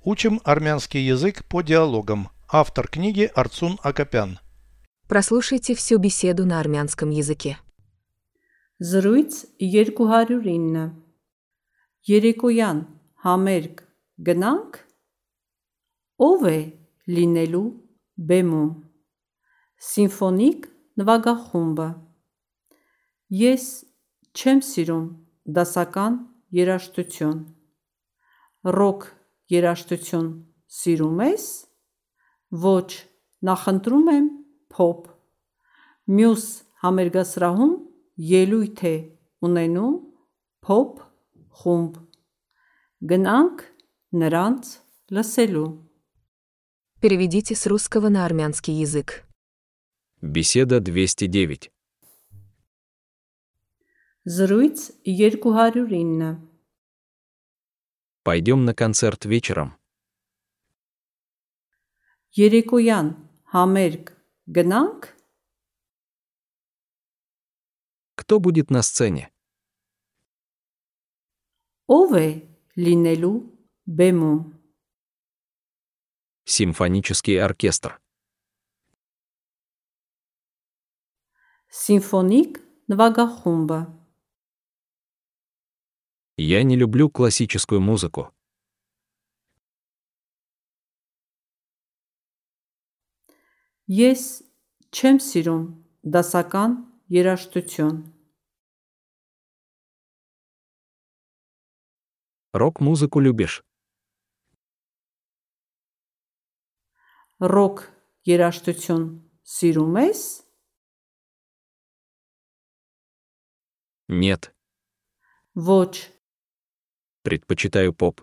Учим армянский язык по диалогам. Автор книги Арцун Акопян. Прослушайте всю беседу на армянском языке. Զրույց 209 Երեկոյան համերգ գնանք Ով է լինելու բեմում Սիմֆոնիկ նվագախումբը Ես չեմ սիրում դասական երաժշտություն Ռոք երաժշտություն սիրում ես Ոչ, նախընտրում եմ փոփ Մյուս համերգասրահում ելույթ է ունենում փոփ խումբ։ Գնանք նրանց լսելու։ Переведите с русского на армянский язык. Беседа 209. Զրույց 209 Пойдем на концерт вечером. Երեկոյան համերգ գնանք Кто будет на сцене? ով է լինելու բեմում Симфонический оркестр. սիմֆոնիկ նվագախումբը Я не люблю классическую музыку. ես չեմ սիրում դասական երաժշտություն Рок-музыку любишь? ռոք երաժշտություն սիրում ես Нет. ոչ Предпочитаю поп.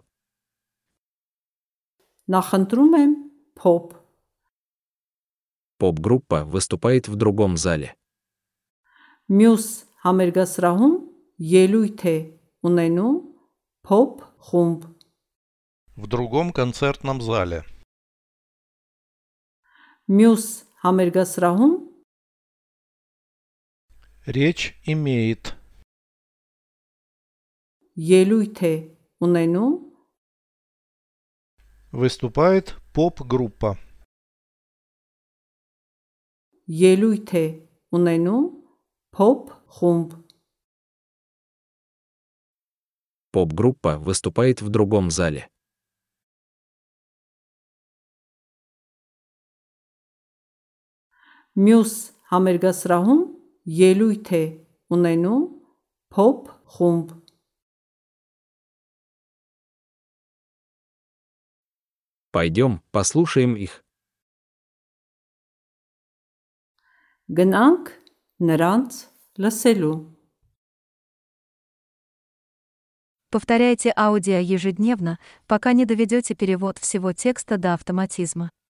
նախընտրում եմ փոփ Поп-группа выступает в другом зале. մյուս համերգասրահում ելույթ է ունենում փոփ խումբ В другом концертном зале. մյուս համերգասրահում Речь имеет. ելույթ է ունենում Выступает поп-группа. ելույթ է ունենում փոփ խումբ Поп-группа выступает в другом зале. մյուս համերգասրահում ելույթ է ունենում փոփ խումբ Пойдем, послушаем их. գնանք նրանց լսելու Повторяйте аудио ежедневно, пока не доведете перевод всего текста до автоматизма.